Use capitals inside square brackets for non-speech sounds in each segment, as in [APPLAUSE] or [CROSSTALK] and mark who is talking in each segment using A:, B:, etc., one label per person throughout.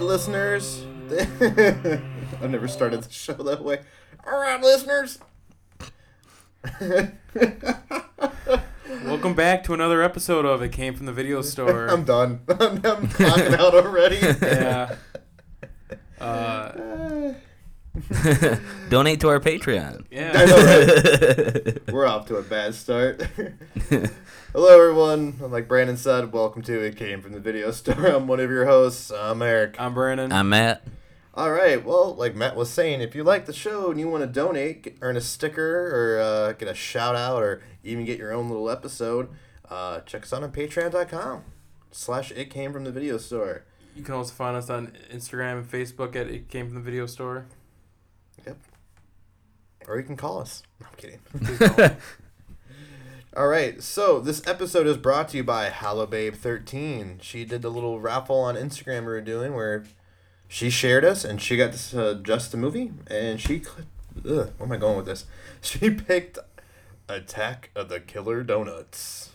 A: listeners. [LAUGHS] I've never started the show that way. All right, listeners.
B: Welcome back to another episode of It Came from the Video Store.
A: I'm done. [LAUGHS] I'm, I'm clocking out already.
B: [LAUGHS] yeah. Uh,
C: [LAUGHS] Donate to our Patreon.
A: I know,
B: yeah.
A: right? [LAUGHS]
C: [LAUGHS]
A: We're off to a bad start. [LAUGHS] Hello, everyone. Like Brandon said, welcome to It Came from the Video Store. [LAUGHS] I'm one of your hosts. I'm Eric.
B: I'm Brandon.
C: I'm Matt.
A: All right. Well, like Matt was saying, if you like the show and you want to donate, get, earn a sticker, or uh, get a shout out, or even get your own little episode, uh, check us out on Patreon.com slash It Came From The Video Store.
B: you can also find us on Instagram and Facebook at It Came from the Video Store.
A: Or you can call us. No, I'm kidding. All right. So this episode is brought to you by Hallow Babe 13. She did the little raffle on Instagram we were doing where she shared us and she got to suggest a movie and she cl- ugh, where am I going with this? [LAUGHS] She picked Attack of the Killer Donuts.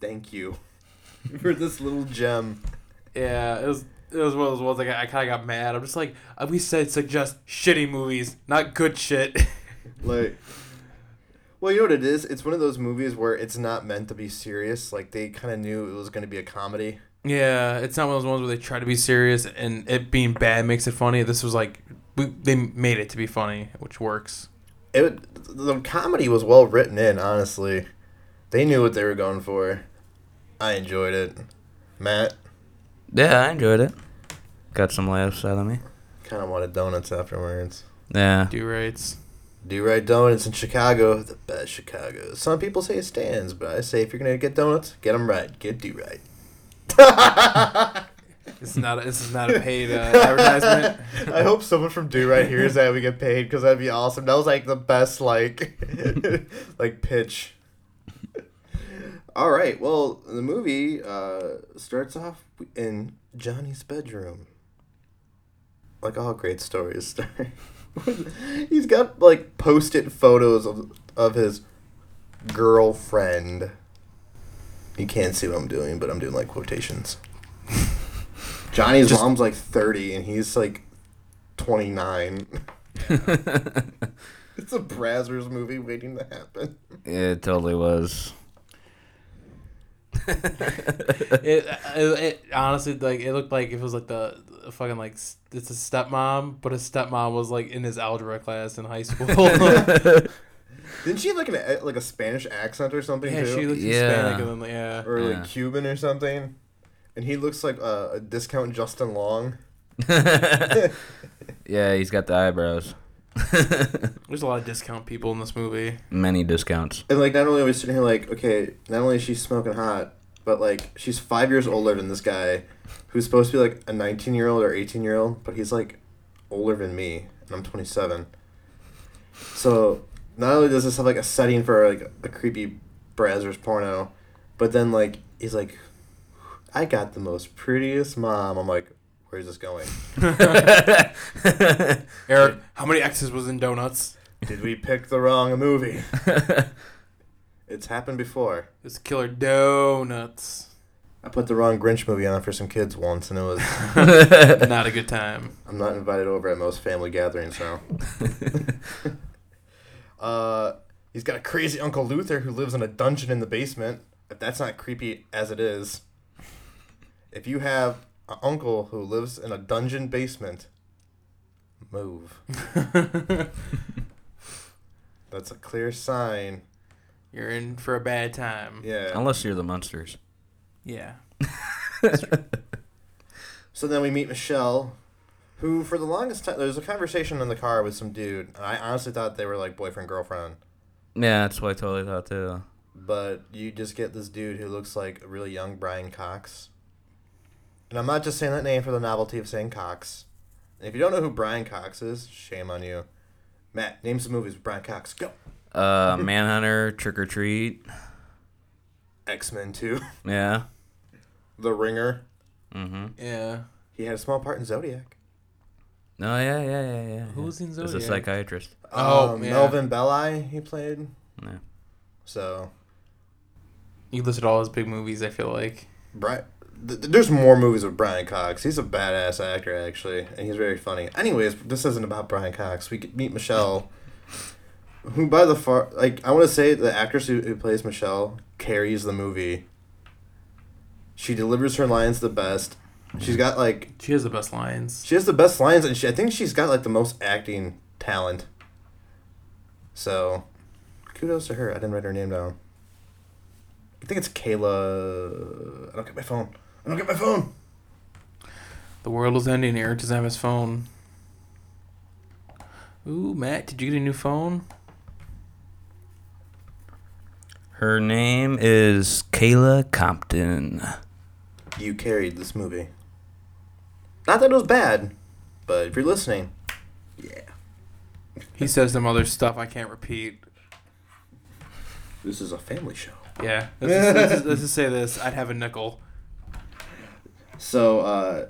A: Thank you [LAUGHS] for this little gem.
B: Yeah, it was it was one of those ones like I kind of got mad. I'm just like uh, we said suggest shitty movies, not good shit. [LAUGHS]
A: like well you know what it is it's one of those movies where it's not meant to be serious like they kind of knew it was going to be a comedy
B: yeah, it's not one of those ones where they try to be serious and it being bad makes it funny. This was like we, they made it to be funny, which works.
A: it the comedy was well written in honestly they knew what they were going for i enjoyed it matt
C: Yeah, I enjoyed it. Got some laughs out of me.
A: kind of wanted donuts afterwards
C: Yeah.
B: Do rates.
A: do right donuts in chicago the best chicago some people say it stands but i say if you're going to get donuts get them right get do [LAUGHS] right
B: It's not. This is not a
A: [LAUGHS]
B: paid uh, advertisement.
A: I hope someone from Do Right hears that we get paid because that'd be awesome. That was like the best like [LAUGHS] like pitch. All right. Well, the movie uh, starts off in Johnny's bedroom. Like all great stories start. He's got like post-it photos of of his girlfriend. You can't see what I'm doing, but I'm doing like quotations. Johnny's
B: Just-
A: mom's like 30 and he's like 29. It's a Brazzers movie waiting to happen.
C: it
B: [LAUGHS]
C: totally was.
B: It, it, it honestly like it looked like it was like the, the fucking like s- it's a stepmom, but his stepmom was like in his algebra class in high school. [LAUGHS] yeah,
A: Didn't she have like an like a Spanish accent or something too?
B: she looked
C: Yeah.
B: Hispanic and then like, yeah.
A: or like
C: Yeah.
A: Cuban or something. And he looks like uh, a discount Justin Long.
C: yeah, he's got the eyebrows. [LAUGHS]
B: There's a lot of discount people in this
C: [LAUGHS]
B: movie.
C: Many
B: [LAUGHS]
C: discounts.
A: And like not only are we sitting here like, okay, not only is she smoking hot, but like she's five years older than this guy who's supposed to be like a nineteen year old or eighteen year old, but he's like older than me and I'm twenty seven. So not only does this have like a setting for like a creepy Brazzers porno, but then like he's like I got the most prettiest mom. I'm like, where's this going?
B: Eric, how many X's was in donuts?
A: Did we pick the wrong movie? it's happened before.
B: It's killer
C: [LAUGHS]
B: donuts.
A: I put the wrong Grinch movie on for some kids once, and it was
B: Not a good time.
A: I'm not invited over at most family gatherings now. uh, he's got a crazy Uncle Luther who lives in a dungeon in the basement. If that's not creepy as it is, if you have an uncle who lives in a dungeon basement, move. That's a clear sign.
B: You're in for a bad time.
A: Yeah.
C: Unless you're the monsters.
B: Yeah.
A: So then we meet Michelle, who for the longest time there's a conversation in the car with some dude. and I honestly thought they were like boyfriend girlfriend.
C: Yeah, that's what I totally thought too.
A: but you just get this dude who looks like a really young Brian Cox. And I'm not just saying that name for the novelty of saying Cox. And if you don't know who Brian Cox is, shame on you. Matt, name some movies with Brian Cox. Go.
C: Uh, Manhunter, Trick or Treat.
A: X Men 2,
C: Yeah.
A: [LAUGHS] The Ringer.
C: Mm-hmm.
B: Yeah.
A: He had a small part in Zodiac.
C: No, Oh, yeah, yeah, yeah, yeah. yeah.
B: Who's in
C: As
B: Zodiac?
C: a psychiatrist.
B: Oh, yeah.
A: Um, Melvin Belli, he played.
C: Yeah.
A: So,
B: You listed all his big movies, I feel like.
A: Bri- th- there's more movies with Brian Cox. He's a badass actor, actually, and he's very funny. Anyways, this isn't about Brian Cox. We could meet Michelle, who by the far, like I want to say, the actress who, who plays Michelle carries the movie. She delivers her lines the best. She's got like
B: She has the best lines.
A: she has the best lines, and she, I think she's got like the most acting talent. So, kudos to her. I didn't write her name down. I think it's Kayla. I don't get my phone. I don't get my phone.
B: The world is ending. Eric doesn't have his phone. Ooh, Matt, did you get a new phone?
C: Her name is Kayla Compton.
A: You carried this movie. Not that it was bad, but if you're listening, yeah,
B: He says some other stuff I can't repeat.
A: this is a family show.
B: Yeah. Let's just, let's just- let's just say this. I'd have a nickel.
A: So, uh,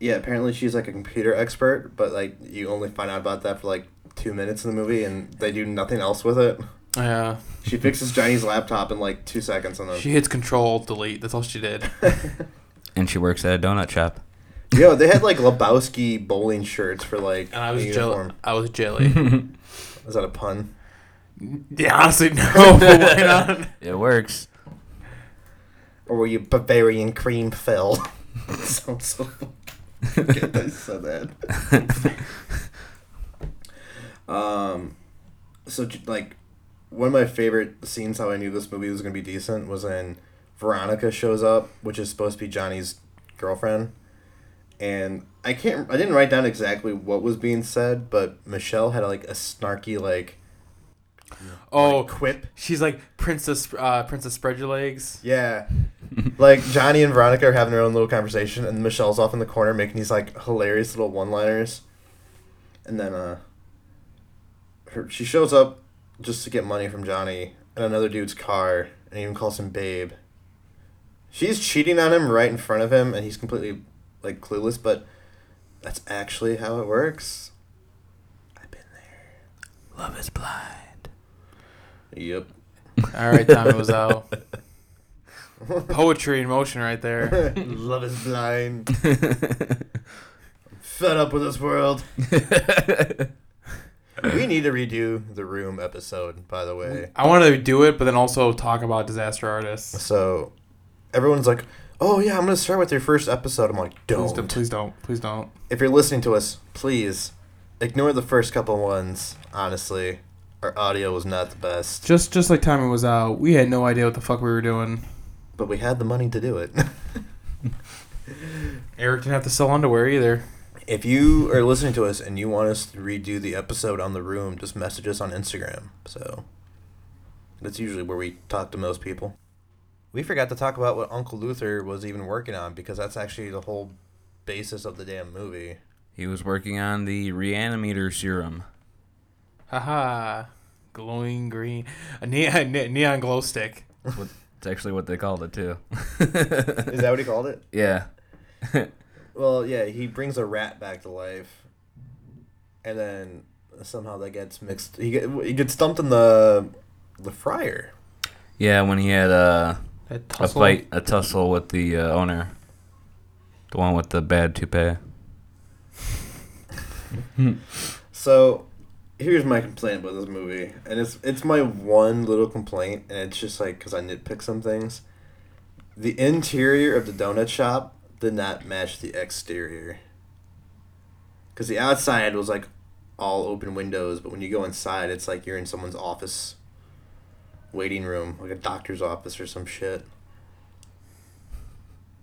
A: yeah, apparently she's like a computer expert, but like you only find out about that for like two minutes in the movie, and they do nothing else with it.
B: Yeah.
A: She fixes Johnny's laptop in like two seconds, and then
B: She hits control, delete. That's all she did.
C: And she works at a donut shop.
A: [LAUGHS] yo, they had like Lebowski bowling shirts for like
B: And I was
A: a
B: jelly.
A: uniform.
B: I
A: [LAUGHS]
B: was jelly.
A: Is that a pun?
B: yeah, honestly, no. [LAUGHS] Why not?
C: [LAUGHS] It works.
A: Or were you Bavarian cream fill? [LAUGHS] Sounds so. Get I said that. um, so j- like, one of my favorite scenes how I knew this movie was gonna be decent was when Veronica shows up, which is supposed to be Johnny's girlfriend, and I can't. I didn't write down exactly what was being said, but Michelle had like a snarky like
B: Oh,
A: quip.
B: she's like Princess. Uh, Princess spread your legs.
A: Yeah. like Johnny and Veronica are having their own little conversation and Michelle's off in the corner making these like hilarious little one-liners. And then uh her, she shows up just to get money from Johnny in another dude's car and even calls him babe. She's cheating on him right in front of him and he's completely like clueless, but that's actually how it works. I've been
C: Love is [LAUGHS] blind.
A: there. [LAUGHS] Yep.
B: All right, time it was out.
A: [LAUGHS]
B: Poetry in motion, right there.
A: Love is blind. Fed up with this world. we need to redo the room episode, by the way.
B: I want to do it, but then also talk about disaster artists.
A: So everyone's like, "Oh yeah, I'm gonna start with your first episode." I'm like,
B: Please don't.
A: "Don't."
B: Please don't. Please don't.
A: If you're listening to us, please ignore the first couple ones. Honestly, our audio was not the best,
B: Just just like time it was out, we had no idea what the fuck we were doing.
A: but we had the money to do it.
B: Eric didn't have to sell underwear either.
A: if you are listening to us and you want us to redo the episode on the room, just message us on Instagram. So that's usually where we talk to most people. We forgot to talk about what Uncle Luther was even working on because that's actually the whole basis of the damn movie.
C: He was working on the reanimator serum.
B: Haha. Glowing green. A neon, ne- [LAUGHS] neon glow stick.
C: What, it's actually what they called it too.
A: Is that what he called it?
C: [LAUGHS] yeah.
A: Well, yeah, he brings a rat back to life, and then somehow that gets mixed. He get, he gets dumped in the the fryer.
C: Yeah, when he had uh,
B: That
C: a
B: tussle.
C: fight, a tussle with the uh, owner, the one with the bad toupee.
A: So here's my complaint about this movie, and it's it's my one little complaint, and it's just like because I nitpick some things. The interior of the donut shop did not match the exterior. Because the outside was like all open windows, but when you go inside, it's like you're in someone's office, waiting room, like a doctor's office or some shit.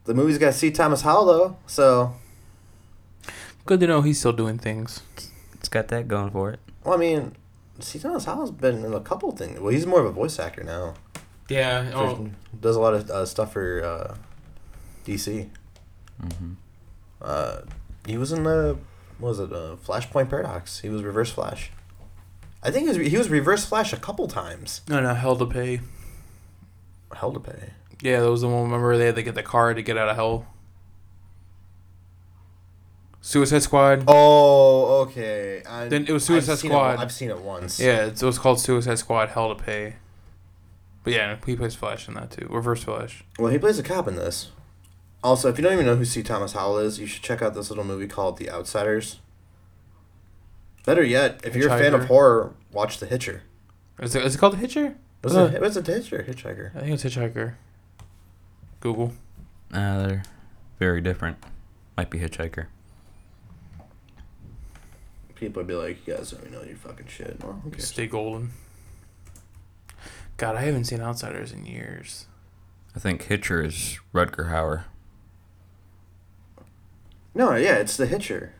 A: The movie's got C. Thomas Howell, so
B: Good to know he's still doing things.
C: It's got that going for it.
A: Well, I mean, C. Thomas Howell's been in a couple things. Well, he's more of a voice actor now.
B: Yeah. oh,
A: For- Does a lot of uh, stuff for uh, DC.
C: hmm
A: Uh, he was in the what was it uh, Flashpoint Paradox? He was Reverse Flash. I think he was, he was Reverse Flash a couple times.
B: No, no, hell to pay.
A: Hell to pay.
B: Yeah, that was the one. Remember, they had to get the car to get out of hell. Suicide Squad.
A: Oh, okay. I,
B: Then it was Suicide
A: I've seen
B: Squad.
A: It, I've seen it once.
B: Yeah, it's, it was called Suicide Squad. Hell to pay. But yeah, he plays Flash in that too. Reverse Flash.
A: Well, he plays a cop in this. Also, if you don't even know who C. Thomas Howell is, you should check out this little movie called The Outsiders. Better yet, if you're a fan of
B: Hitchhiker.
A: horror, watch The Hitcher.
B: Is it, is it called The Hitcher?
A: Was
B: Uh.
A: it, it was it The Hitcher, or Hitchhiker?
B: I think it's Hitchhiker. Google.
C: Uh, they're very different. Might be Hitchhiker.
A: People would be like, you guys don't even know your fucking shit. Well, who cares?
B: Stay golden. God, I haven't seen Outsiders in years.
C: I think Hitcher is Rutger Hauer.
A: No, yeah, it's The Hitcher.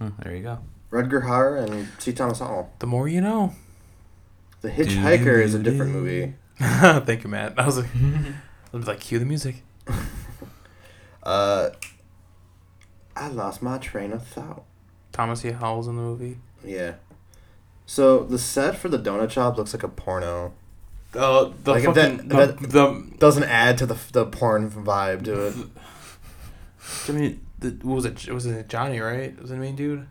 C: Oh, there you go.
A: Rudger Hauer and C. Thomas Howell.
B: The more you know. [LAUGHS]
A: The Hitchhiker is a different movie.
B: Thank you, Matt. I was like,
C: Mm-hmm.
B: I was like, cue the music.
A: Uh, I lost my train of thought.
B: Thomas E. Howell's in the movie.
A: Yeah. So the set for the donut shop looks like a porno.
B: Oh, the
A: Like, if
B: fucking
A: that- that-
B: the, the,
A: Doesn't add to the the porn vibe to it.
B: I mean, the, what was it? Was it Johnny? Right? Was it the main dude?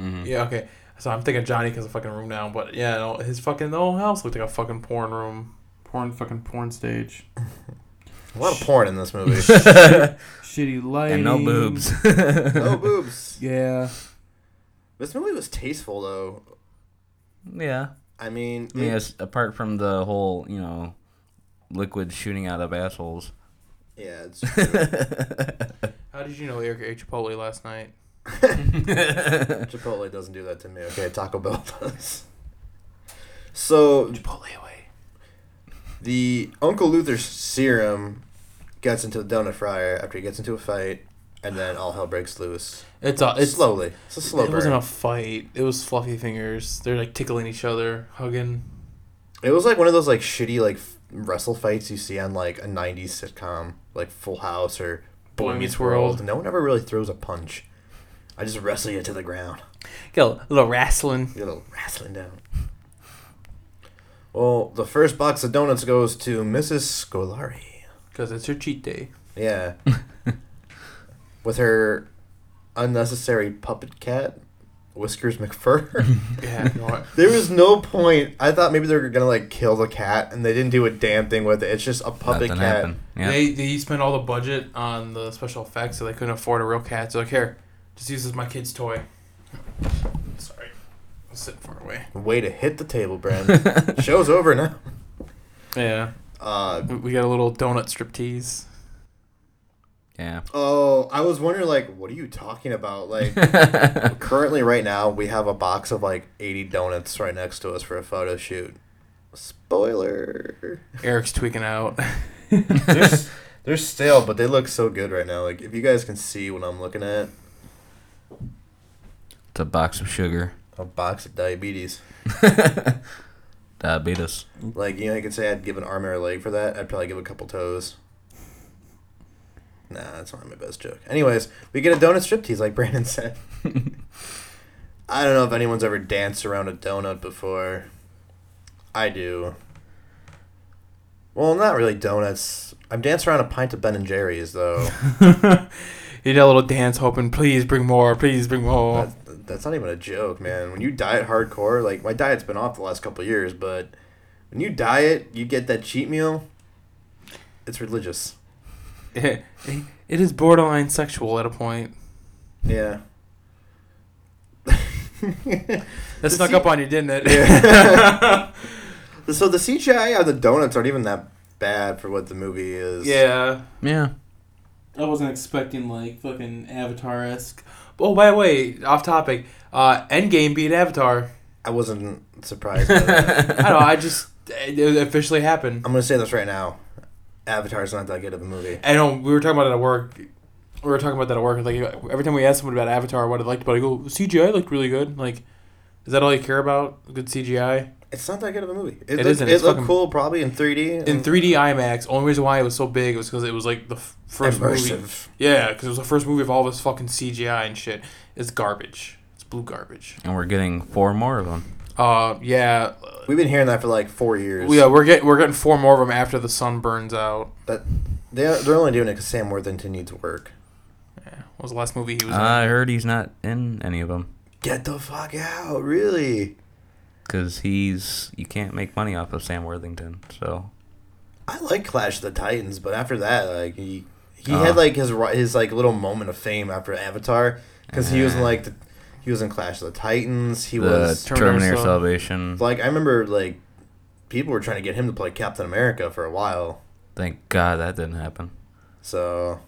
C: Mm-hmm.
B: Yeah. Okay. So I'm thinking Johnny because the fucking room now, but yeah, no, his fucking the whole house looked like a fucking porn room, porn fucking porn [LAUGHS] stage.
A: A lot of porn in this movie.
B: Shitty lighting.
C: and no boobs.
A: [LAUGHS] no boobs.
B: Yeah.
A: This movie was tasteful though.
C: yeah.
A: I mean,
C: I mean, it's, apart from the whole, you know, liquid shooting out of assholes. [LAUGHS]
A: yeah, it's
B: How did you know Eric ate Chipotle last night?
A: [LAUGHS] Chipotle doesn't do that to me. Okay, Taco Bell [LAUGHS] does. So
B: Chipotle away.
A: the Uncle Luther's serum gets into the donut fryer after he gets into a fight, and then all hell breaks loose.
B: It's a
A: It's
B: it's
A: slowly. It's a slow
B: it
A: burn.
B: wasn't a fight. It was fluffy fingers. They're like tickling each other, hugging.
A: It was like one of those like shitty like f- wrestle fights you see on like a '90s sitcom, like Full House or
B: Boy Meets World.
A: No one ever really throws a punch. I just wrestle you to the ground.
B: Get a little wrestling.
A: You get a little wrestling down. Well, the first box of donuts goes to Mrs. Scolari.
B: Because it's your cheat day. [LAUGHS]
A: Yeah. With her unnecessary puppet cat, Whiskers McFur. [LAUGHS]
B: [LAUGHS] Yeah. you know what?
A: there was no point. I thought maybe they were gonna like kill the cat, and they didn't do a damn thing with it. It's just a puppet
C: Nothing
A: cat.
C: happened. Yeah.
B: They they spent all the budget on the special effects, so they couldn't afford a real cat. So like, here, just use this as my kid's toy. Sorry, I'll sit far away.
A: Way to hit the table,
C: [LAUGHS]
A: Brad. [LAUGHS] Show's over now.
B: Yeah,
A: Uh,
B: we got a little donut striptease.
C: yeah.
A: oh, I was wondering, like, what are you talking about? Like, [LAUGHS] currently, right now, we have a box of like 80 donuts right next to us for a photo shoot. Spoiler.
B: Eric's tweaking out. [LAUGHS]
A: They're, [LAUGHS] s- they're stale, but they look so good right now. Like, if you guys can see what I'm looking at,
C: It's a box of sugar.
A: a box of diabetes.
C: Diabetes.
A: Like, you know, I could say I'd give an arm or a leg for that. I'd probably give a couple toes. Nah, that's not my best joke. Anyways, we get a donut striptease, like Brandon said. I don't know if anyone's ever danced around a donut before. I do. Well, not really donuts. I've danced around a pint of Ben and Jerry's though.
B: He did a little dance, hoping, please bring more, please bring more.
A: That, that's not even a joke, man. When you diet hardcore, like my diet's been off the last couple of years, but when you diet, you get that cheat meal. It's religious.
B: it is borderline sexual at a point.
A: Yeah.
B: That snuck up on you, didn't it? [LAUGHS]
A: Yeah. [LAUGHS] so the CGI on the donuts aren't even that bad for what the movie is.
B: yeah.
C: Yeah.
B: I wasn't expecting like fucking Avatar esque. Oh, by the way, off topic. Uh, Endgame beat Avatar.
A: I wasn't surprised. By that.
B: I [LAUGHS] don't know. I just it it officially happened.
A: I'm gonna say this right now. Avatar's not that good of a movie.
B: I know we were talking about it at work. We were talking about that at work. Like every time we ask someone about Avatar, what it liked, but oh, I go CGI looked really good. Like, is that all you care about? Good CGI
A: It's not that good of a movie.
B: It
A: It, looked,
B: isn't,
A: It
B: it's
A: looked
B: fucking-
A: cool, probably in 3D.
B: in 3D IMAX. Only reason why it was so big was because it was like the f- first movie.
A: immersive.
B: Yeah, because it was the first movie of all this fucking CGI and shit. It's garbage. It's blue garbage.
C: And we're getting four more of them.
B: Uh, yeah.
A: We've been hearing that for like four years.
B: Yeah, we're getting we're getting four more of them after the sun burns out.
A: That they they're only doing it because Sam Worthington needs work.
B: What was the last movie he was
C: I heard he's not in any of them
A: Get the fuck out! Really,
C: because he's you can't make money off of Sam Worthington. So
A: I like Clash of the Titans, but after that, like he he He
C: Ah.
A: had like his ri- his like little moment of fame after Avatar because he was in like the, he was in Clash of the Titans. He
C: Uh-huh. the
A: was
B: Terminator
C: Terminator,
B: Sal-
C: Salvation.
A: like I remember like people were trying to get him to play Captain America for a while.
C: Thank God that didn't happen.
A: So,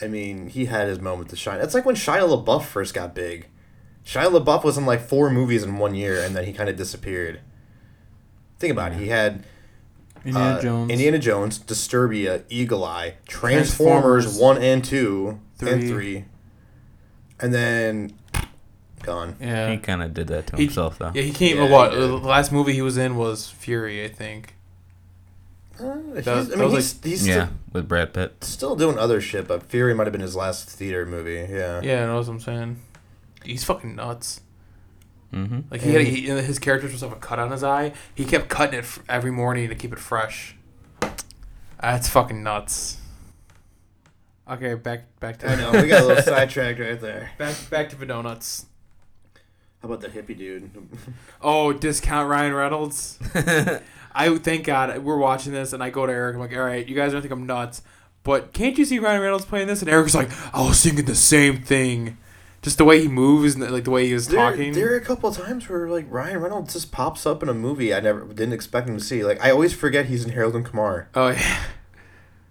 A: I mean, he had his moment to shine. It's like when Shia LaBeouf first got big. Shia LaBeouf was in like four movies in one year, and then he kind of disappeared. Think about it. He had
B: Indiana
A: uh,
B: Jones.
A: Indiana Jones, Disturbia, Eagle Eye, Transformers,
B: Transformers.
A: one and two, and
B: Three.
A: three, and then gone.
B: Yeah.
C: He kind of did that to
B: He-
C: himself, though.
B: yeah, he came.
A: Yeah,
B: well, what
A: he
B: the
A: did.
B: last movie he was in was Fury, I think.
A: Uh, he's,
B: That-
A: I
B: that
A: mean,
B: was
A: he's, he's
C: yeah, with Brad Pitt.
A: still, still doing other shit, but Fury might have been his last theater movie. Yeah.
B: Yeah, I know what I'm saying. He's fucking nuts.
C: hmm
B: Like he had he, his character supposed to have a cut on his eye. He kept cutting it f- every morning to keep it fresh. That's fucking nuts. Okay, back back to
A: I know.
B: [LAUGHS]
A: We got a little sidetracked right there.
B: back back to the donuts.
A: How about the hippie dude?
B: Oh, discount
A: [LAUGHS]
B: Ryan Reynolds. I thank God we're watching this, and I go to Eric. I'm like, all right, you guys don't think I'm nuts, but can't you see Ryan Reynolds playing this? And Eric's like, I was thinking the same thing, just the way he moves and like the way he was
A: There,
B: talking.
A: there are a couple of times where like Ryan Reynolds just pops up in a movie I never didn't expect him to see. Like I always forget he's in Harold and Kumar.
B: oh yeah,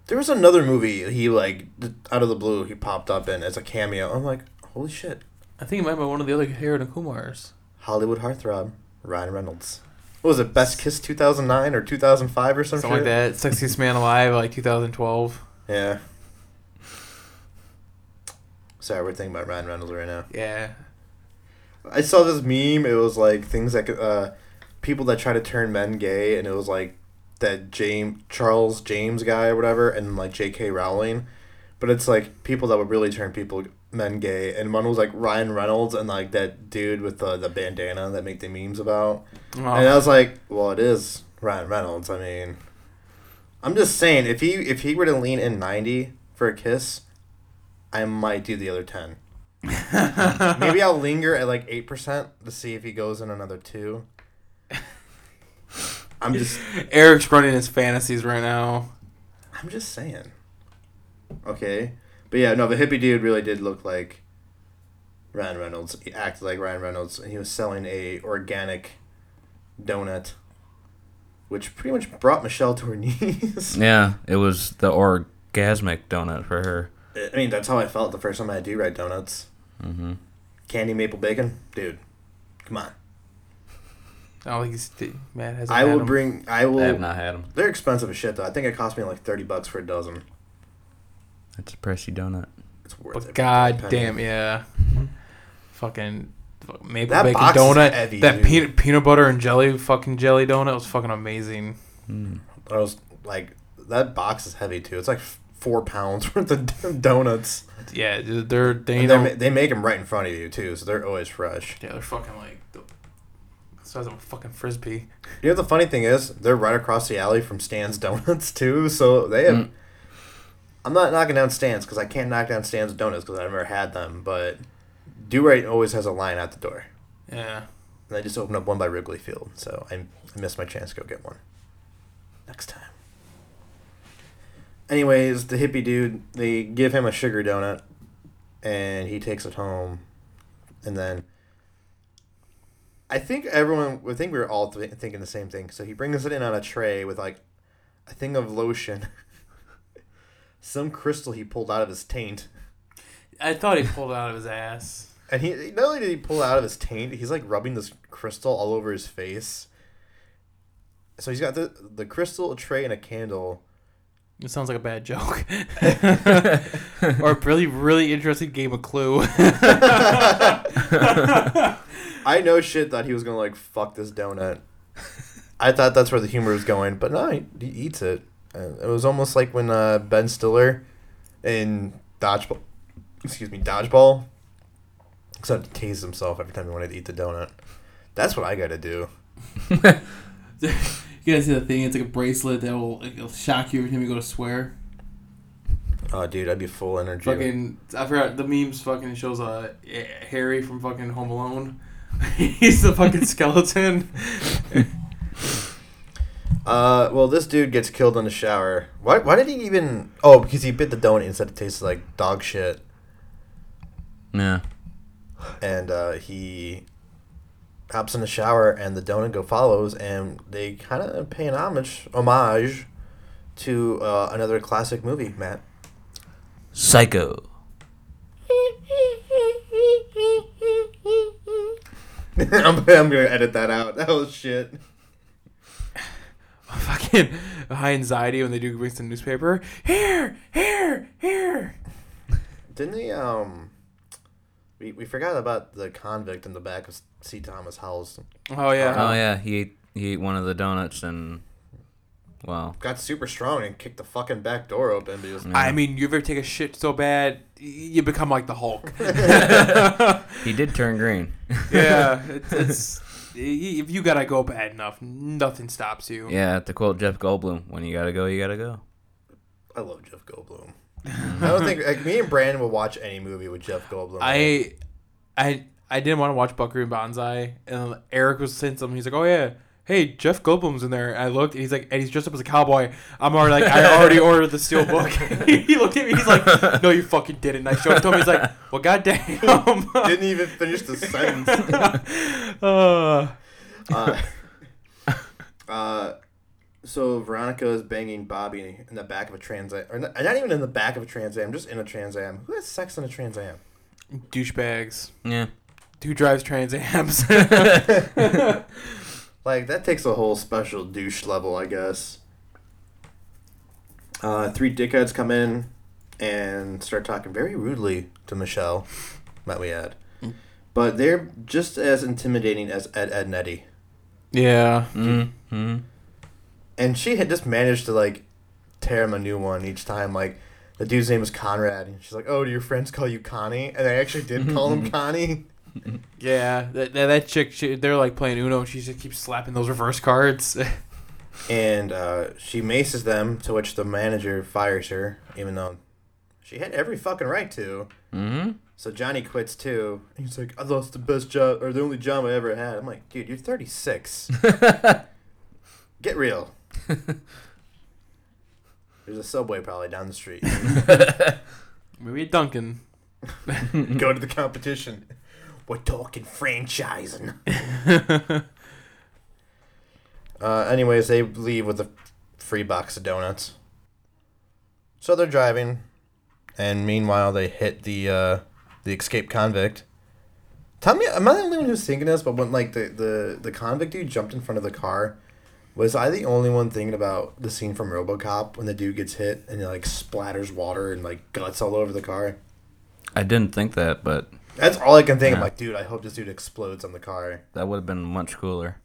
A: There was another movie he like th- out of the blue he popped up in as a cameo. I'm like, holy shit,
B: I think it might be one of the other Harold and Kumar's.
A: Hollywood heartthrob Ryan Reynolds. What was it, Best Kiss 2009 or 2005 or some shit?
B: Something like that. Sexiest Man Alive, like 2012.
A: Yeah. Sorry, we're thinking about Ryan Reynolds right now.
B: Yeah.
A: I saw this meme. It was like things that could, uh, people that try to turn men gay, and it was like that James Charles James guy or whatever, and like J.K. Rowling, but it's like people that would really turn people men gay, and one was like Ryan Reynolds and like that dude with the the bandana that make the memes about,
B: Oh.
A: and I was like, well, it is Ryan Reynolds. I mean, I'm just saying if he if he were to lean in ninety for a kiss, I might do the other ten.
B: Oh.
A: Maybe I'll linger at like eight percent to see if he goes in another two. I'm just,
B: [LAUGHS] Eric's running his fantasies right now.
A: I'm just saying. Okay, but yeah, no, the hippie dude really did look like Ryan Reynolds. He acted like Ryan Reynolds, and he was selling a organic donut, which pretty much brought Michelle to her [LAUGHS] knees.
C: Yeah, it was the orgasmic donut for her.
A: I mean, that's how I felt the first time I do ride donuts.
C: Mm-hmm.
A: Candy maple bacon, dude. Come on,
B: I don't think he's d- Matt has.
A: I will bring. I will.
C: I have not had them.
A: They're expensive as shit though. I think it cost me like thirty bucks for a dozen.
C: It's a pricey donut.
A: It's worth
B: But
A: it.
B: god damn, yeah. fucking fuck- maple
A: That
B: bacon
A: box is
B: donut.
A: heavy,
B: that
A: dude.
B: peanut peanut butter and jelly fucking jelly donut was fucking amazing.
C: Mm.
A: I was like, that box is heavy too. It's like f- four pounds [LAUGHS] worth of d- donuts.
B: Yeah, dude, they're they
A: And
B: know.
A: they're ma- they make them right in front of you too, so they're always fresh.
B: yeah, they're fucking like the the size of a fucking frisbee.
A: You know the funny thing is, they're right across the alley from Stan's [LAUGHS] Donuts too, so they have.
C: Mm.
A: I'm not knocking down Stan's because I can't knock down Stan's Donuts because I've never had them, but Do Right always has a line out the door.
B: Yeah.
A: And I just opened up one by Wrigley Field, so I, I missed my chance to go get one. Next time. Anyways, the hippie dude, they give him a sugar donut, and he takes it home, and then. I think everyone, I think we were all th- thinking the same thing. So he brings it in on a tray with like a thing of lotion, [LAUGHS] some crystal he pulled out of his taint,
B: I thought he pulled it out of his ass.
A: and he not only did he pull it out of his taint, he's like rubbing this crystal all over his face. So he's got the the crystal, a tray, and a candle.
B: It sounds like a bad joke. [LAUGHS] or a really, really interesting game of [LAUGHS] Clue.
A: I know shit thought he was gonna like fuck this donut. I thought that's where the humor was going, but no, he, he eats it. And it was almost like when uh, Ben Stiller in dodgeball, excuse me, dodgeball, except to tase himself every time he wanted to eat the donut. That's what I gotta do.
B: You guys see the thing? It's like a bracelet that will it'll shock you every time you go to swear.
A: Oh, dude, I'd be full energy.
B: Fucking, I forgot the memes. Fucking shows uh Harry from fucking Home [LAUGHS] Alone. He's the fucking skeleton.
A: Uh, well, this dude gets killed in the shower. Why? Why did he even? Oh, because he bit the donut and said it tasted like dog shit,
C: Yeah.
A: and uh, he hops in the shower, and the donut go follows, and they kind of pay an homage, homage, to uh, another classic movie. Matt, [LAUGHS]
C: Psycho.
A: I'm, I'm gonna edit that out. [LAUGHS] That was shit.
B: [LAUGHS] Fucking high anxiety when they do bring some newspaper. Here, here, here.
A: Didn't they? Um, we, we forgot about the convict in the back of C. Thomas Howell's.
B: Oh yeah.
C: Oh yeah, he ate he ate one of the donuts and well,
A: Got super strong and kicked the fucking back door open. Because
B: I mean, you ever take a shit so bad you become like the [LAUGHS] Hulk?
C: he did
B: [LAUGHS]
C: turn green.
B: yeah, it's, it's if you gotta go bad enough, nothing stops you.
C: yeah, to quote Jeff Goldblum, when you gotta go, you gotta go.
A: I love Jeff Goldblum. I don't think like me and Brandon will watch any movie with Jeff Goldblum.
B: I, I, I didn't want to watch Buckaroo and Banzai, and Eric was saying something. He's like, "Oh yeah, hey Jeff Goldblum's in there." I looked, and he's like, "And he's dressed up as a cowboy." I'm already like, "I already ordered the steel book." [LAUGHS] he looked at me. He's like, "No, you fucking didn't." I showed it to him. He's like, "Well, goddamn."
A: [LAUGHS] didn't even finish the sentence.
B: [LAUGHS] uh,
A: Uh, uh, so Veronica is banging Bobby in the back of a Trans Am, or not, not even in the back of a Trans Am, just in a Trans Am. Who has sex in a Trans Am?
B: douchebags.
C: Yeah.
B: Who drives Trans Am's? [LAUGHS]
A: Like that takes a whole special douche level, I guess. Uh, three dickheads come in and start talking very rudely to Michelle, might we add. But they're just as intimidating as Ed, Ed and Eddie.
B: yeah.
C: Mm-hmm.
A: And she had just managed to like tear him a new one each time. Like the dude's name was Conrad, and she's like, "Oh, do your friends call you Connie?" And they actually did call him Connie.
B: Yeah, that, that, that chick, she, they're like playing Uno, and she just keeps slapping those reverse cards. [LAUGHS]
A: And uh, she maces them, to which the manager fires her, even though she had every fucking right to.
C: Mm-hmm. [LAUGHS]
A: So Johnny quits too. And he's like, "I lost the best job, or the only job I ever had." I'm like, "Dude, you're 36. Get real." There's a subway probably down the street.
B: Maybe a Duncan.
A: [LAUGHS] Go to the competition. We're talking franchising. [LAUGHS] uh, anyways, they leave with a free box of donuts. So they're driving, and meanwhile they hit the uh, the escaped convict. Tell me, am I the only one who's thinking this? But when like the, the the convict dude jumped in front of the car, was I the only one thinking about the scene from RoboCop when the dude gets hit and he like splatters water and like guts all over the car?
C: I didn't think that, but
A: That's all I can think. I'm
C: Yeah.
A: like, dude, I hope this dude explodes on the car.
C: that would have been much cooler.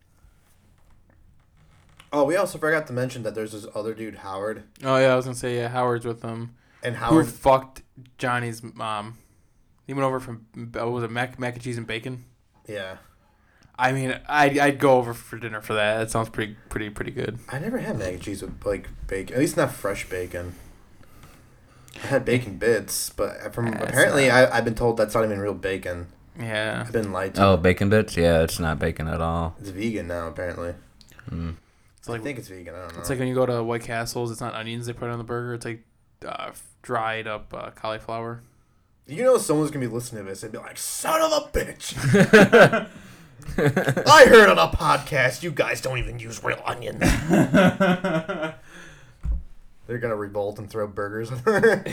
A: Oh, we also forgot to mention that there's this other dude, Howard,
B: Oh, yeah, I was going to say, yeah, Howard's with them.
A: and
B: Who
A: Howard.
B: fucked Johnny's mom. He went over from, uh, what was it mac, mac and cheese and bacon?
A: yeah,
B: I mean, I'd, I'd go over for dinner for that. That sounds pretty, pretty, pretty good.
A: I never had mac and cheese with like bacon. At least not fresh bacon. I had bacon bits, but from
C: That's
A: apparently I, I've been told that's not even real bacon.
B: Yeah.
A: I've been lied to.
C: Oh, bacon bits? Yeah, it's not bacon at all.
A: It's vegan now, apparently.
C: [LAUGHS] Mm.
B: It's like,
A: I think it's vegan. I don't know.
B: it's like when you go to White Castle's, it's not onions they put on the burger, it's like uh, dried up uh, cauliflower.
A: you know, someone's gonna be listening to this and be like, "Son of a bitch." [LAUGHS] I heard on a podcast you guys don't even use real onions. They're gonna revolt and throw burgers on her.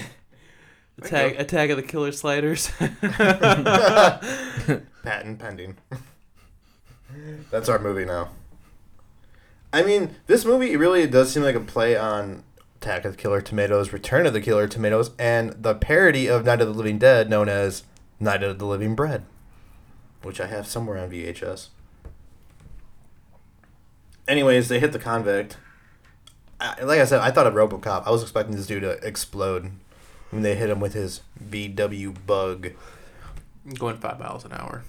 B: Attack, attack of the killer sliders. [LAUGHS]
A: Patent pending. [LAUGHS] That's our movie now. I mean, this movie really does seem like a play on Attack of the Killer Tomatoes, Return of the Killer Tomatoes, and the parody of Night of the Living Dead known as Night of the Living Bread, which I have somewhere on VHS. Anyways, they hit the convict. I, like I said, I thought of Robocop. I was expecting this dude to explode when they hit him with his VW bug.
B: going five miles an hour.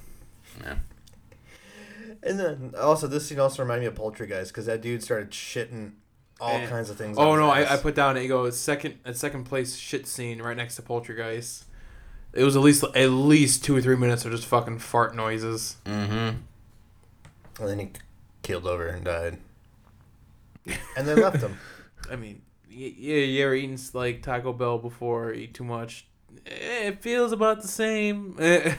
A: And then also this scene also reminded me of Poltergeist because that dude started shitting all
B: Eh.
A: kinds of things.
B: Oh
A: on
B: no,
A: his
B: I, I
A: ass.
B: put down it goes second at second place shit scene right next to poltergeist. It was at least at least two or three minutes of just fucking fart noises.
C: Mm-hmm.
B: [LAUGHS]
A: and then he killed over and died. and they left him.
B: I mean, y- yeah, you ever eaten like Taco Bell before? Eat too much. Eh, It feels about the same. Eh.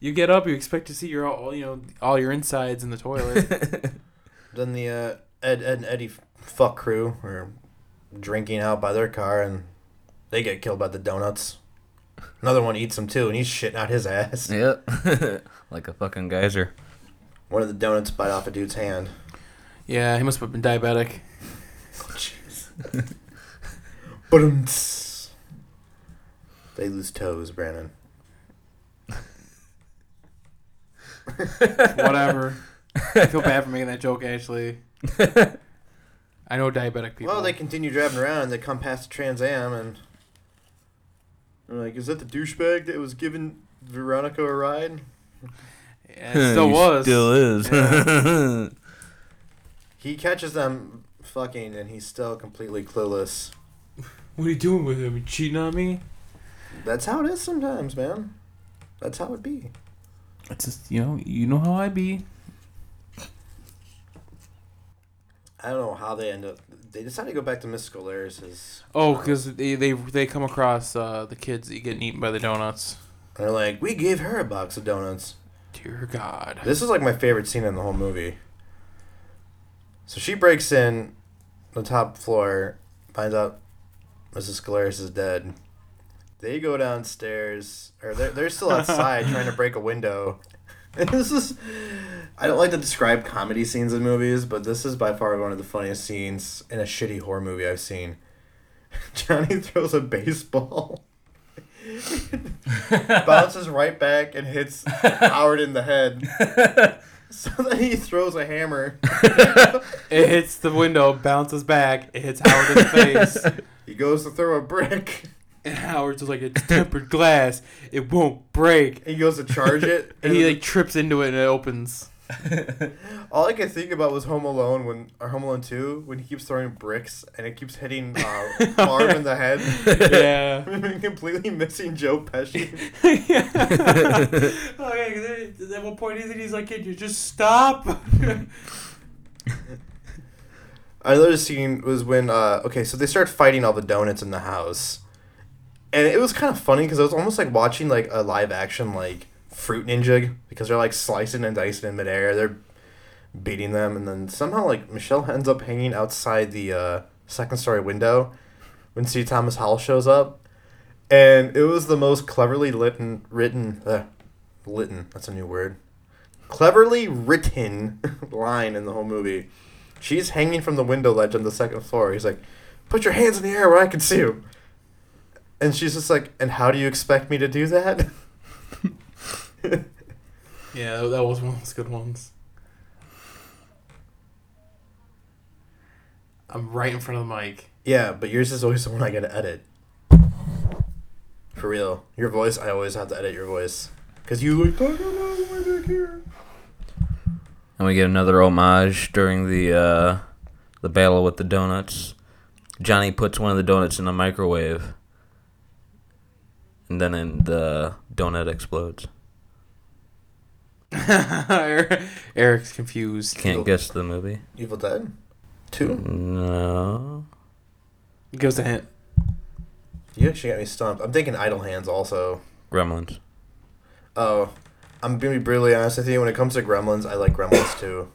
B: you get up, you expect to see your all, you know, all your insides in the toilet.
A: Then the uh, Ed, Ed and Eddie f- fuck crew were drinking out by their car, and they get killed by the donuts. Another one eats them too, and he's shitting out his ass.
C: yep. [LAUGHS] like a fucking geyser.
A: One of the donuts bite off a dude's hand.
B: yeah, he must have been diabetic.
A: Jeez. Ba-dum-ts. they lose toes, Brandon.
B: Whatever. I feel bad for making that joke, actually. I know diabetic people.
A: Well, they continue driving around, and they come past the Trans Am, and they're like, "Is that the douchebag that was giving Veronica a ride?"
B: Yeah, it
C: [LAUGHS]
B: still was.
C: Still is. [LAUGHS]
A: He catches them fucking, and he's still completely clueless.
B: What are you doing with him? You cheating on me?
A: That's how it is sometimes, man. That's how it be.
B: It's just you know you know how I be.
A: I don't know how they end up. They decide to go back to Mystical Larry's. His,
B: Oh, because they, they they come across uh, the kids getting eaten by the donuts.
A: they're like, we gave her a box of donuts.
B: Dear God.
A: This is like my favorite scene in the whole movie. So she breaks in the top floor, finds out Mrs. Scalaris is dead. They go downstairs, or they're, they're still outside trying to break a window. [LAUGHS] And this is. I don't like to describe comedy scenes in movies, but this is by far one of the funniest scenes in a shitty horror movie I've seen. [LAUGHS] Johnny throws a baseball, [LAUGHS] bounces right back, and hits Howard in the head. [LAUGHS] So then he throws a hammer.
B: It hits the window, bounces back, it hits Howard in the
C: [LAUGHS]
B: face.
A: He goes to throw a brick. [LAUGHS]
B: And Howard's just like, it's tempered glass. It won't break.
A: He goes to charge it.
B: [LAUGHS] And he like trips into it and it
C: [LAUGHS]
B: opens.
A: [LAUGHS] all I could think about was Home Alone when or Home Alone Two when he keeps throwing bricks and it keeps hitting
B: [LAUGHS]
A: uh, Marv in the head.
B: Yeah. [LAUGHS]
A: I'm [LAUGHS] completely missing Joe Pesci.
B: okay, at one point he's, he's like, kid, you just [LAUGHS] stop.
A: Another scene was when uh, okay, so they start fighting all the donuts in the house, and it was kind of funny because it was almost like watching like a live action like Fruit Ninja because they're like slicing and dicing in midair. They're beating them, and then somehow like Michelle ends up hanging outside the uh, second story window when C. Thomas Howell shows up, and it was the most cleverly written written uh, written that's a new word cleverly written [LAUGHS] line in the whole movie. She's hanging from the window ledge on the second floor. He's like, "Put your hands in the air where I can see you." And she's just like, "And how do you expect me to do that?" [LAUGHS]
B: Yeah, that was one of those good ones. I'm right in front of the mic.
A: yeah, but yours is always the one I gotta edit. For real, your voice. I always have to edit your voice because you like talk about the way back here.
C: And we get another homage during the uh, the battle with the donuts. Johnny puts one of the donuts in the microwave, and then in the donut explodes.
B: [LAUGHS] Eric's confused.
C: Can't guess the movie.
A: Evil Dead, two.
C: No.
B: Give us a hint.
A: You actually got me stumped. I'm thinking Idle Hands also.
C: Gremlins.
A: Oh, I'm gonna be brutally honest with you. When it comes to Gremlins, I like Gremlins too.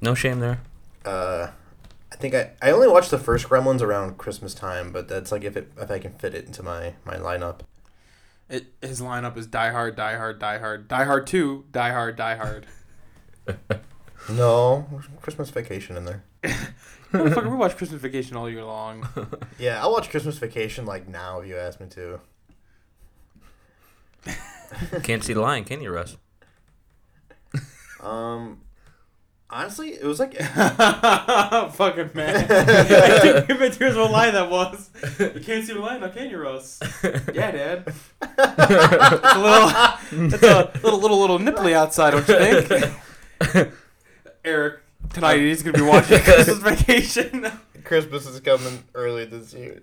C: No shame there.
A: uh, I think I, I only watched the first Gremlins around Christmas time, but that's like if it if I can fit it into my my lineup.
B: It, his lineup is Die Hard, Die Hard, Die Hard, Die Hard 2, Die Hard, Die [LAUGHS] Hard.
A: No, Christmas Vacation in there.
B: Motherfucker, we [LAUGHS] watch Christmas Vacation all year [LAUGHS] long.
A: Yeah, I'll watch Christmas Vacation like now if you ask me to.
C: Can't see the line, can you, Russ? [LAUGHS]
A: Um, honestly, it was like [LAUGHS]
B: Fucking man. [LAUGHS] I didn't even here's what line that was. [LAUGHS] You can't see the line, now can you, Russ? [LAUGHS] yeah, Dad. it's a little, it's a little, little, little nipply outside, don't you think? [LAUGHS] Eric, tonight he's going to be watching [LAUGHS] Christmas Vacation. [LAUGHS]
A: Christmas is coming early this year.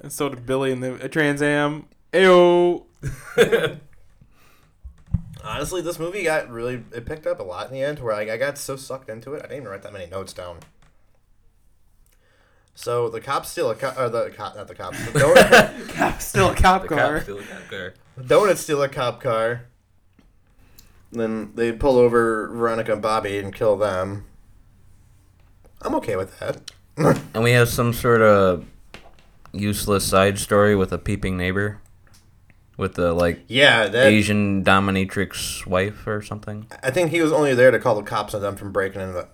B: and so uh, did Billy in the Trans Am. Ayo.
A: honestly, this movie got really it picked up a lot in the end, where like I got so sucked into it, I didn't even write that many notes down. So the cops steal a cop, or the cop, not the cops, [LAUGHS] the donut,
B: Cop, still a cop
C: The
B: car.
C: cop still got car.
A: the donuts steal a cop car. Then they pull over Veronica and Bobby and kill them. I'm okay with that. [LAUGHS]
C: And we have some sort of useless side story with a peeping neighbor, with the like
A: Yeah, that
C: Asian dominatrix wife or something.
A: I think he was only there to call the cops on them from breaking into the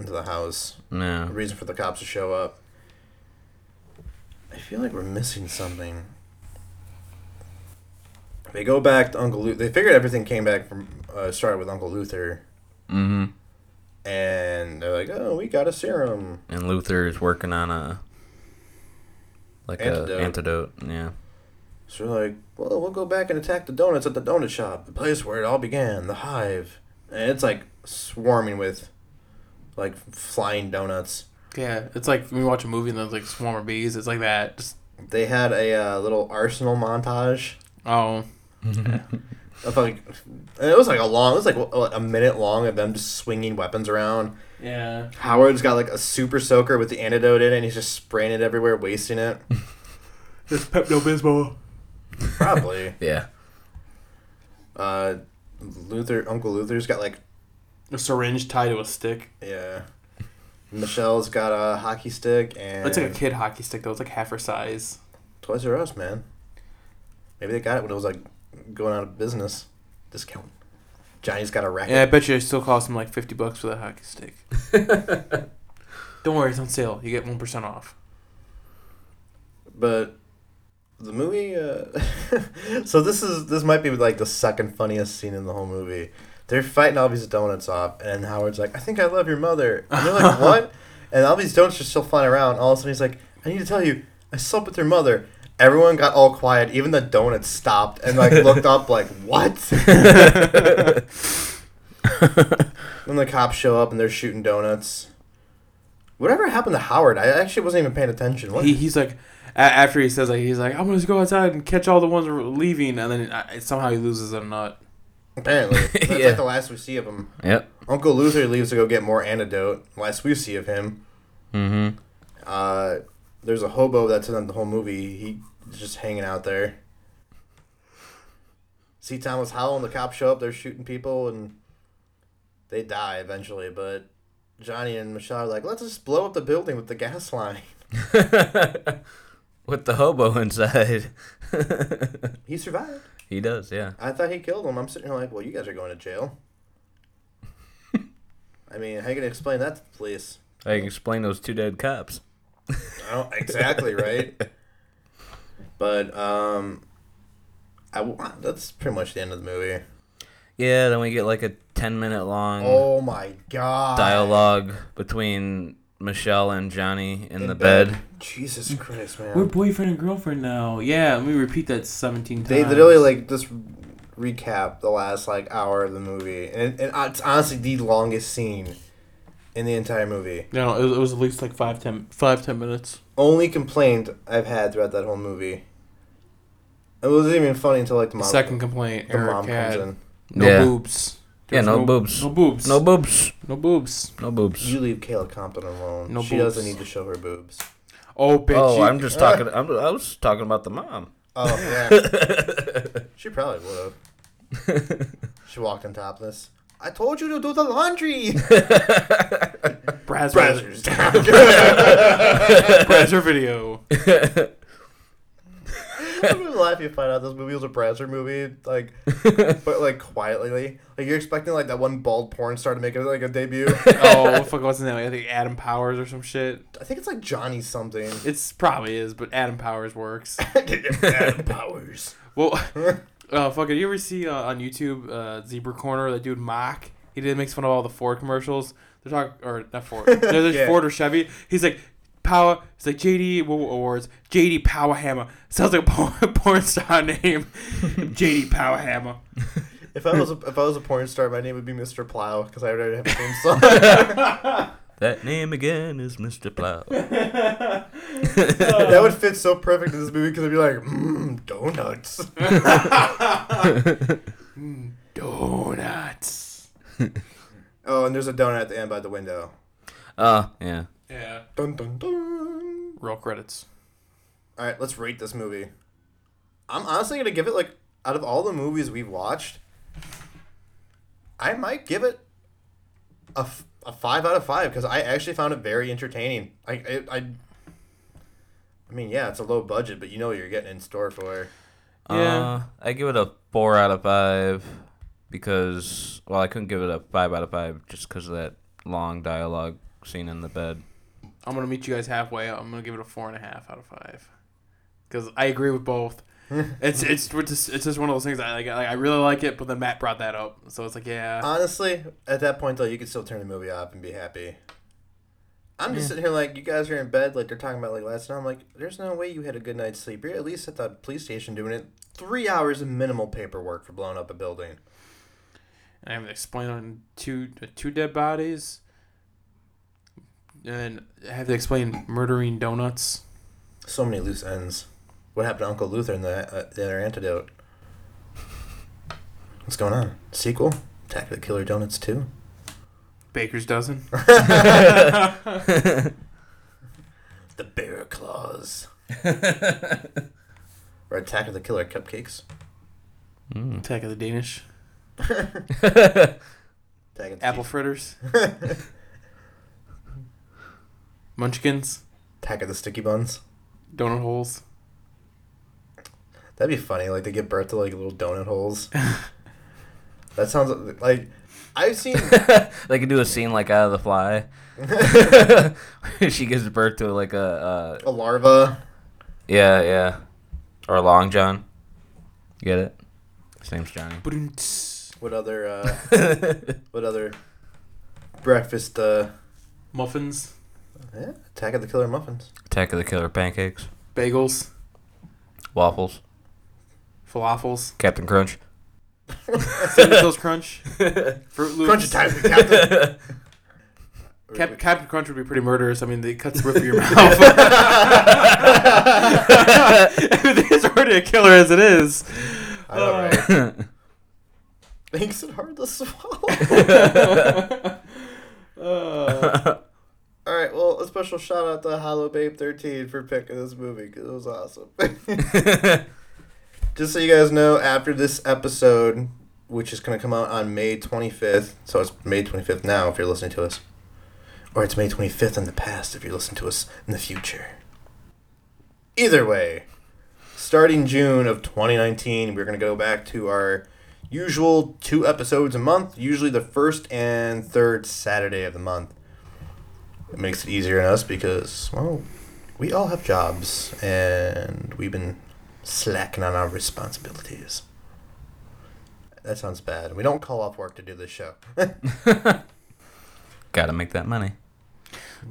A: into the house.
C: No,
A: reason for the cops to show up. I feel like we're missing something. They go back to Uncle Luther. They figured everything came back from uh, started with Uncle Luther,
C: mm-hmm.
A: and they're like, "Oh, we got a serum."
C: And Luther is working on a like
A: Antidote.
C: a antidote. Yeah.
A: So they're like, "Well, we'll go back and attack the donuts at the donut shop, the place where it all began, the hive." And it's like swarming with, like flying donuts.
B: Yeah, it's like when we watch a movie and there's like swarm of bees. It's like that. Just,
A: They had a uh, little arsenal montage
B: oh,
A: of like, and it was like a long, it was like a a minute long of them just swinging weapons around.
B: yeah.
A: Howard's got like a super soaker with the antidote in it, and he's just spraying it everywhere, wasting it.
B: This Pepto Bismol. [LAUGHS]
A: Probably.
C: [LAUGHS]
A: [LAUGHS]
C: Yeah.
A: uh, Luther, Uncle Luther's got like,
B: A syringe tied to a stick.
A: yeah. Michelle's got a hockey stick and
B: That's like a kid hockey stick though. It's like half her size.
A: Toys R Us, man. Maybe they got it when it was like going out of business. Discount. Johnny's got a racket.
B: Yeah, I bet you it still cost him like fifty bucks for that hockey stick. Don't worry, it's on sale. You get one percent off.
A: but the movie uh, [LAUGHS] so this is this might be like the second funniest scene in the whole movie they're fighting all these donuts off and howard's like i think i love your mother and they're like what and all these donuts are still flying around all of a sudden he's like i need to tell you i slept with your mother everyone got all quiet even the donuts stopped and like looked up like what then the cops show up and they're shooting donuts whatever happened to howard i actually wasn't even paying attention what
B: He, he's like, a- after he says like he's like, I'm gonna just go outside and catch all the ones who are leaving, and then uh, somehow he loses a nut.
A: Apparently, that's
C: Yeah.
A: like the last we see of him.
C: Yep.
A: Uncle Luther leaves to go get more antidote. Last we see of him,
C: Mm-hmm. [LAUGHS]
A: uh, there's a hobo that's in the whole movie. He's just hanging out there. See Thomas Howell and the cops show up. They're shooting people and they die eventually. But Johnny and Michelle are like, "Let's just blow up the building with the gas line." [LAUGHS]
C: with the hobo inside.
A: He survived.
C: he does. Yeah.
A: I thought he killed him. I'm sitting here like, "Well, you guys are going to
C: [LAUGHS]
A: jail." I mean, how you gonna explain that to the police?
C: I can explain those two dead cops.
A: I don't exactly
C: [LAUGHS]
A: right. But um, I w- that's pretty much the end of the movie.
C: Yeah. Then we get like a ten minute long.
A: Oh my god!
C: Mm. dialogue between Michelle and Johnny in,
A: In
C: the bed.
A: Jesus Christ, man!
B: boyfriend and girlfriend now. Yeah, let me repeat that seventeen times.
A: they literally like just recap the last like hour of the movie, and and uh, it's honestly the longest scene in the entire movie.
B: No, no, it was, it was at least like five ten, five ten minutes.
A: Only complaint I've had throughout that whole movie. It wasn't even funny until like the
B: The
A: mom,
B: second complaint,
A: the
B: Eric
A: mom
B: had
A: comes in.
B: no
C: Yeah.
B: boobs.
C: Yeah,
B: There's
C: no boobs.
B: No boobs.
C: No boobs.
B: no boobs.
C: No boobs.
A: You leave Kayla Compton alone.
B: No
A: she doesn't
B: boobs.
A: need to show her boobs.
B: Oh, bitch.
C: Oh,
B: you-
C: I'm just talking. I'm, I was talking about the mom.
A: [LAUGHS] Oh
B: [LAUGHS]
A: yeah. she probably would have. she walked in topless. I told you to do the laundry. [LAUGHS] Brazzers.
B: Brazzers.
A: [LAUGHS]
B: Brazzer video.
A: I'm gonna laugh if you find out this movie was a Brazzer movie, like, but like quietly. Like you're expecting like that one bald porn star to make it like a
B: [LAUGHS]
A: debut.
B: Oh, fuck, what's his name? I think Adam Powers or some shit.
A: I think it's like Johnny
B: [LAUGHS]
A: something.
B: It's probably is, but Adam Powers works.
A: Adam Powers.
B: Well, uh, fuck it. You ever see uh, on YouTube uh, Zebra Corner that dude Mock? He did makes fun of all the Ford commercials. They're talking or not Ford. There's there's
A: Yeah.
B: Ford or Chevy. He's like Power. He's like JD Wo- Wo- Awards. JD Powerhammer sounds like a porn, [LAUGHS] porn star name. JD Powerhammer.
A: If I was a, if I was a porn star, my name would be Mr. Plow because I already have a [LAUGHS] theme song.
C: [LAUGHS] That name again is Mr. Plow.
A: that would fit so perfect in this movie "Mm, because I'd be like, mmm, donuts.
B: Donuts.
A: [LAUGHS] Oh, and there's a donut at the end by the window.
C: Oh, yeah.
B: Yeah.
A: Dun dun dun.
B: Roll credits.
A: All right, let's rate this movie. I'm honestly gonna give it like out of all the movies we've watched, I might give it a, f- a five out of five because I actually found it very entertaining. I, I I I mean, yeah, it's a low budget, but you know what you're getting in store for.
B: Yeah.
C: Uh, I give it a four out of five because well, I couldn't give it a five out of five just because of that long dialogue scene in the bed.
B: I'm gonna meet you guys halfway. I'm gonna give it a four and a half out of five, because I agree with both. it's it's we're just it's just one of those things. I like I I really like it, but then Matt brought that up, so it's like yeah.
A: Uh, Honestly, at that point though, you could still turn the movie off and be happy. I'm just sitting here like you guys are in bed, like they're talking about like last night. I'm like, there's no way you had a good night's sleep. You're at least at the police station doing it three hours of minimal paperwork for blowing up a building.
B: And I have to explain on two two dead bodies, and I have to explain murdering donuts.
A: So many loose ends. What happened to Uncle Luther and the uh, the other antidote? What's going on? Sequel? Attack of the Killer Donuts two.
B: Baker's dozen.
A: The Bear Claws. or Attack of the Killer Cupcakes.
B: Attack of the Danish.
A: Attack of the
B: Apple fritters.
A: [LAUGHS]
B: Munchkins.
A: Attack of the Sticky Buns.
B: Donut holes.
A: That'd be funny. Like they give birth to like little donut holes. that sounds like I've
C: [LAUGHS]
A: seen.
C: [LAUGHS] They could do a scene like out of the fly. Where [LAUGHS] she gives birth to like a uh,
A: a larva.
C: yeah yeah or a long john. You get it? His name's Johnny.
B: Brunts.
A: What other? Uh, what other? Breakfast. Uh,
B: Muffins.
A: yeah, Attack of the Killer Muffins.
C: Attack of the Killer Pancakes,
B: Bagels.
C: waffles,
B: Falafels.
C: Captain Crunch.
B: Cinnamon Toast Crunch. Fruit Loops.
A: Crunch time, Captain.
B: Cap- Captain Crunch would be pretty murderous. I mean, they cut the roof
A: [LAUGHS]
B: of your [LAUGHS] mouth. There's already a killer as it is.
A: I know, right? [LAUGHS] Makes it hard to swallow.
B: [LAUGHS] Uh,
A: All right. Well, a special shout out to Hollow Babe Thirteen for picking this movie because it was awesome. [LAUGHS] Just so you guys know, after this episode, which is going to come out on May twenty fifth, so it's May twenty fifth now if you're listening to us, or it's May twenty fifth in the past if you're listening to us in the future. Either way, starting June of twenty nineteen, we're going to go back to our usual two episodes a month, usually the first and third Saturday of the month it makes it easier on us because well we all have jobs and we've been slacking on our responsibilities that sounds bad we don't call off work to do this show
C: [LAUGHS] Gotta make that money.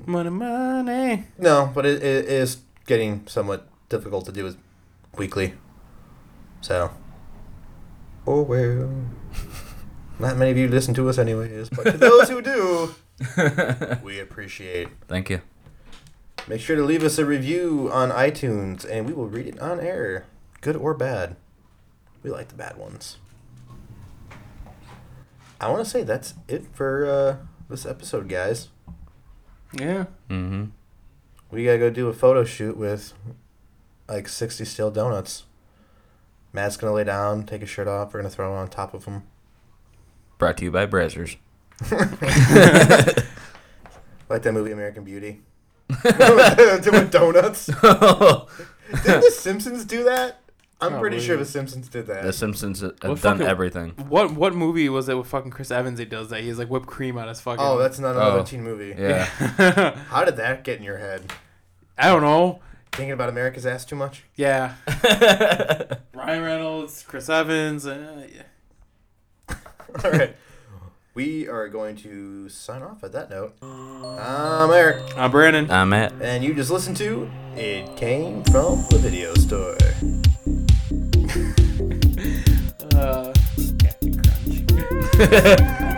B: Money, money.
A: no but it, it is getting somewhat difficult to do it weekly so oh well not many of you listen to us anyways but to those who do we appreciate
C: Thank you.
A: Make sure to leave us a review on iTunes and we will read it on air, good or bad. We like the bad ones. I want to say that's it for uh, this episode, guys.
B: Yeah.
C: Mm-hmm.
A: We gotta go do a photo shoot with like 60 stale donuts. Matt's gonna lay down, take his shirt off, we're gonna throw it on top of
C: [LAUGHS]
A: him.
C: Brought to you by Brazzers. [LAUGHS]
A: Like that movie American
C: [LAUGHS]
A: Beauty. Doing donuts. Didn't The Simpsons do that? I'm pretty sure The
B: Probably.
A: Simpsons did that.
C: The Simpsons have
B: Well,
C: done
B: fucking- [LAUGHS]
C: everything.
B: What what movie was it with fucking Chris Evans? He does that. He's like whipped cream on his fucking.
A: Oh, that's not another
C: Oh.
A: teen movie.
C: Yeah.
A: How did that get in your head?
B: [LAUGHS] I don't know.
A: Thinking about America's ass too much?
B: Yeah. Ryan Reynolds, Chris Evans. Uh, yeah.
A: All right. We are going to sign off at that note. I'm Eric,
B: I'm Uh, Brandon.
C: I'm at.
A: and you just listened to It Came From the Video Store.
B: Uh, Captain Crunch.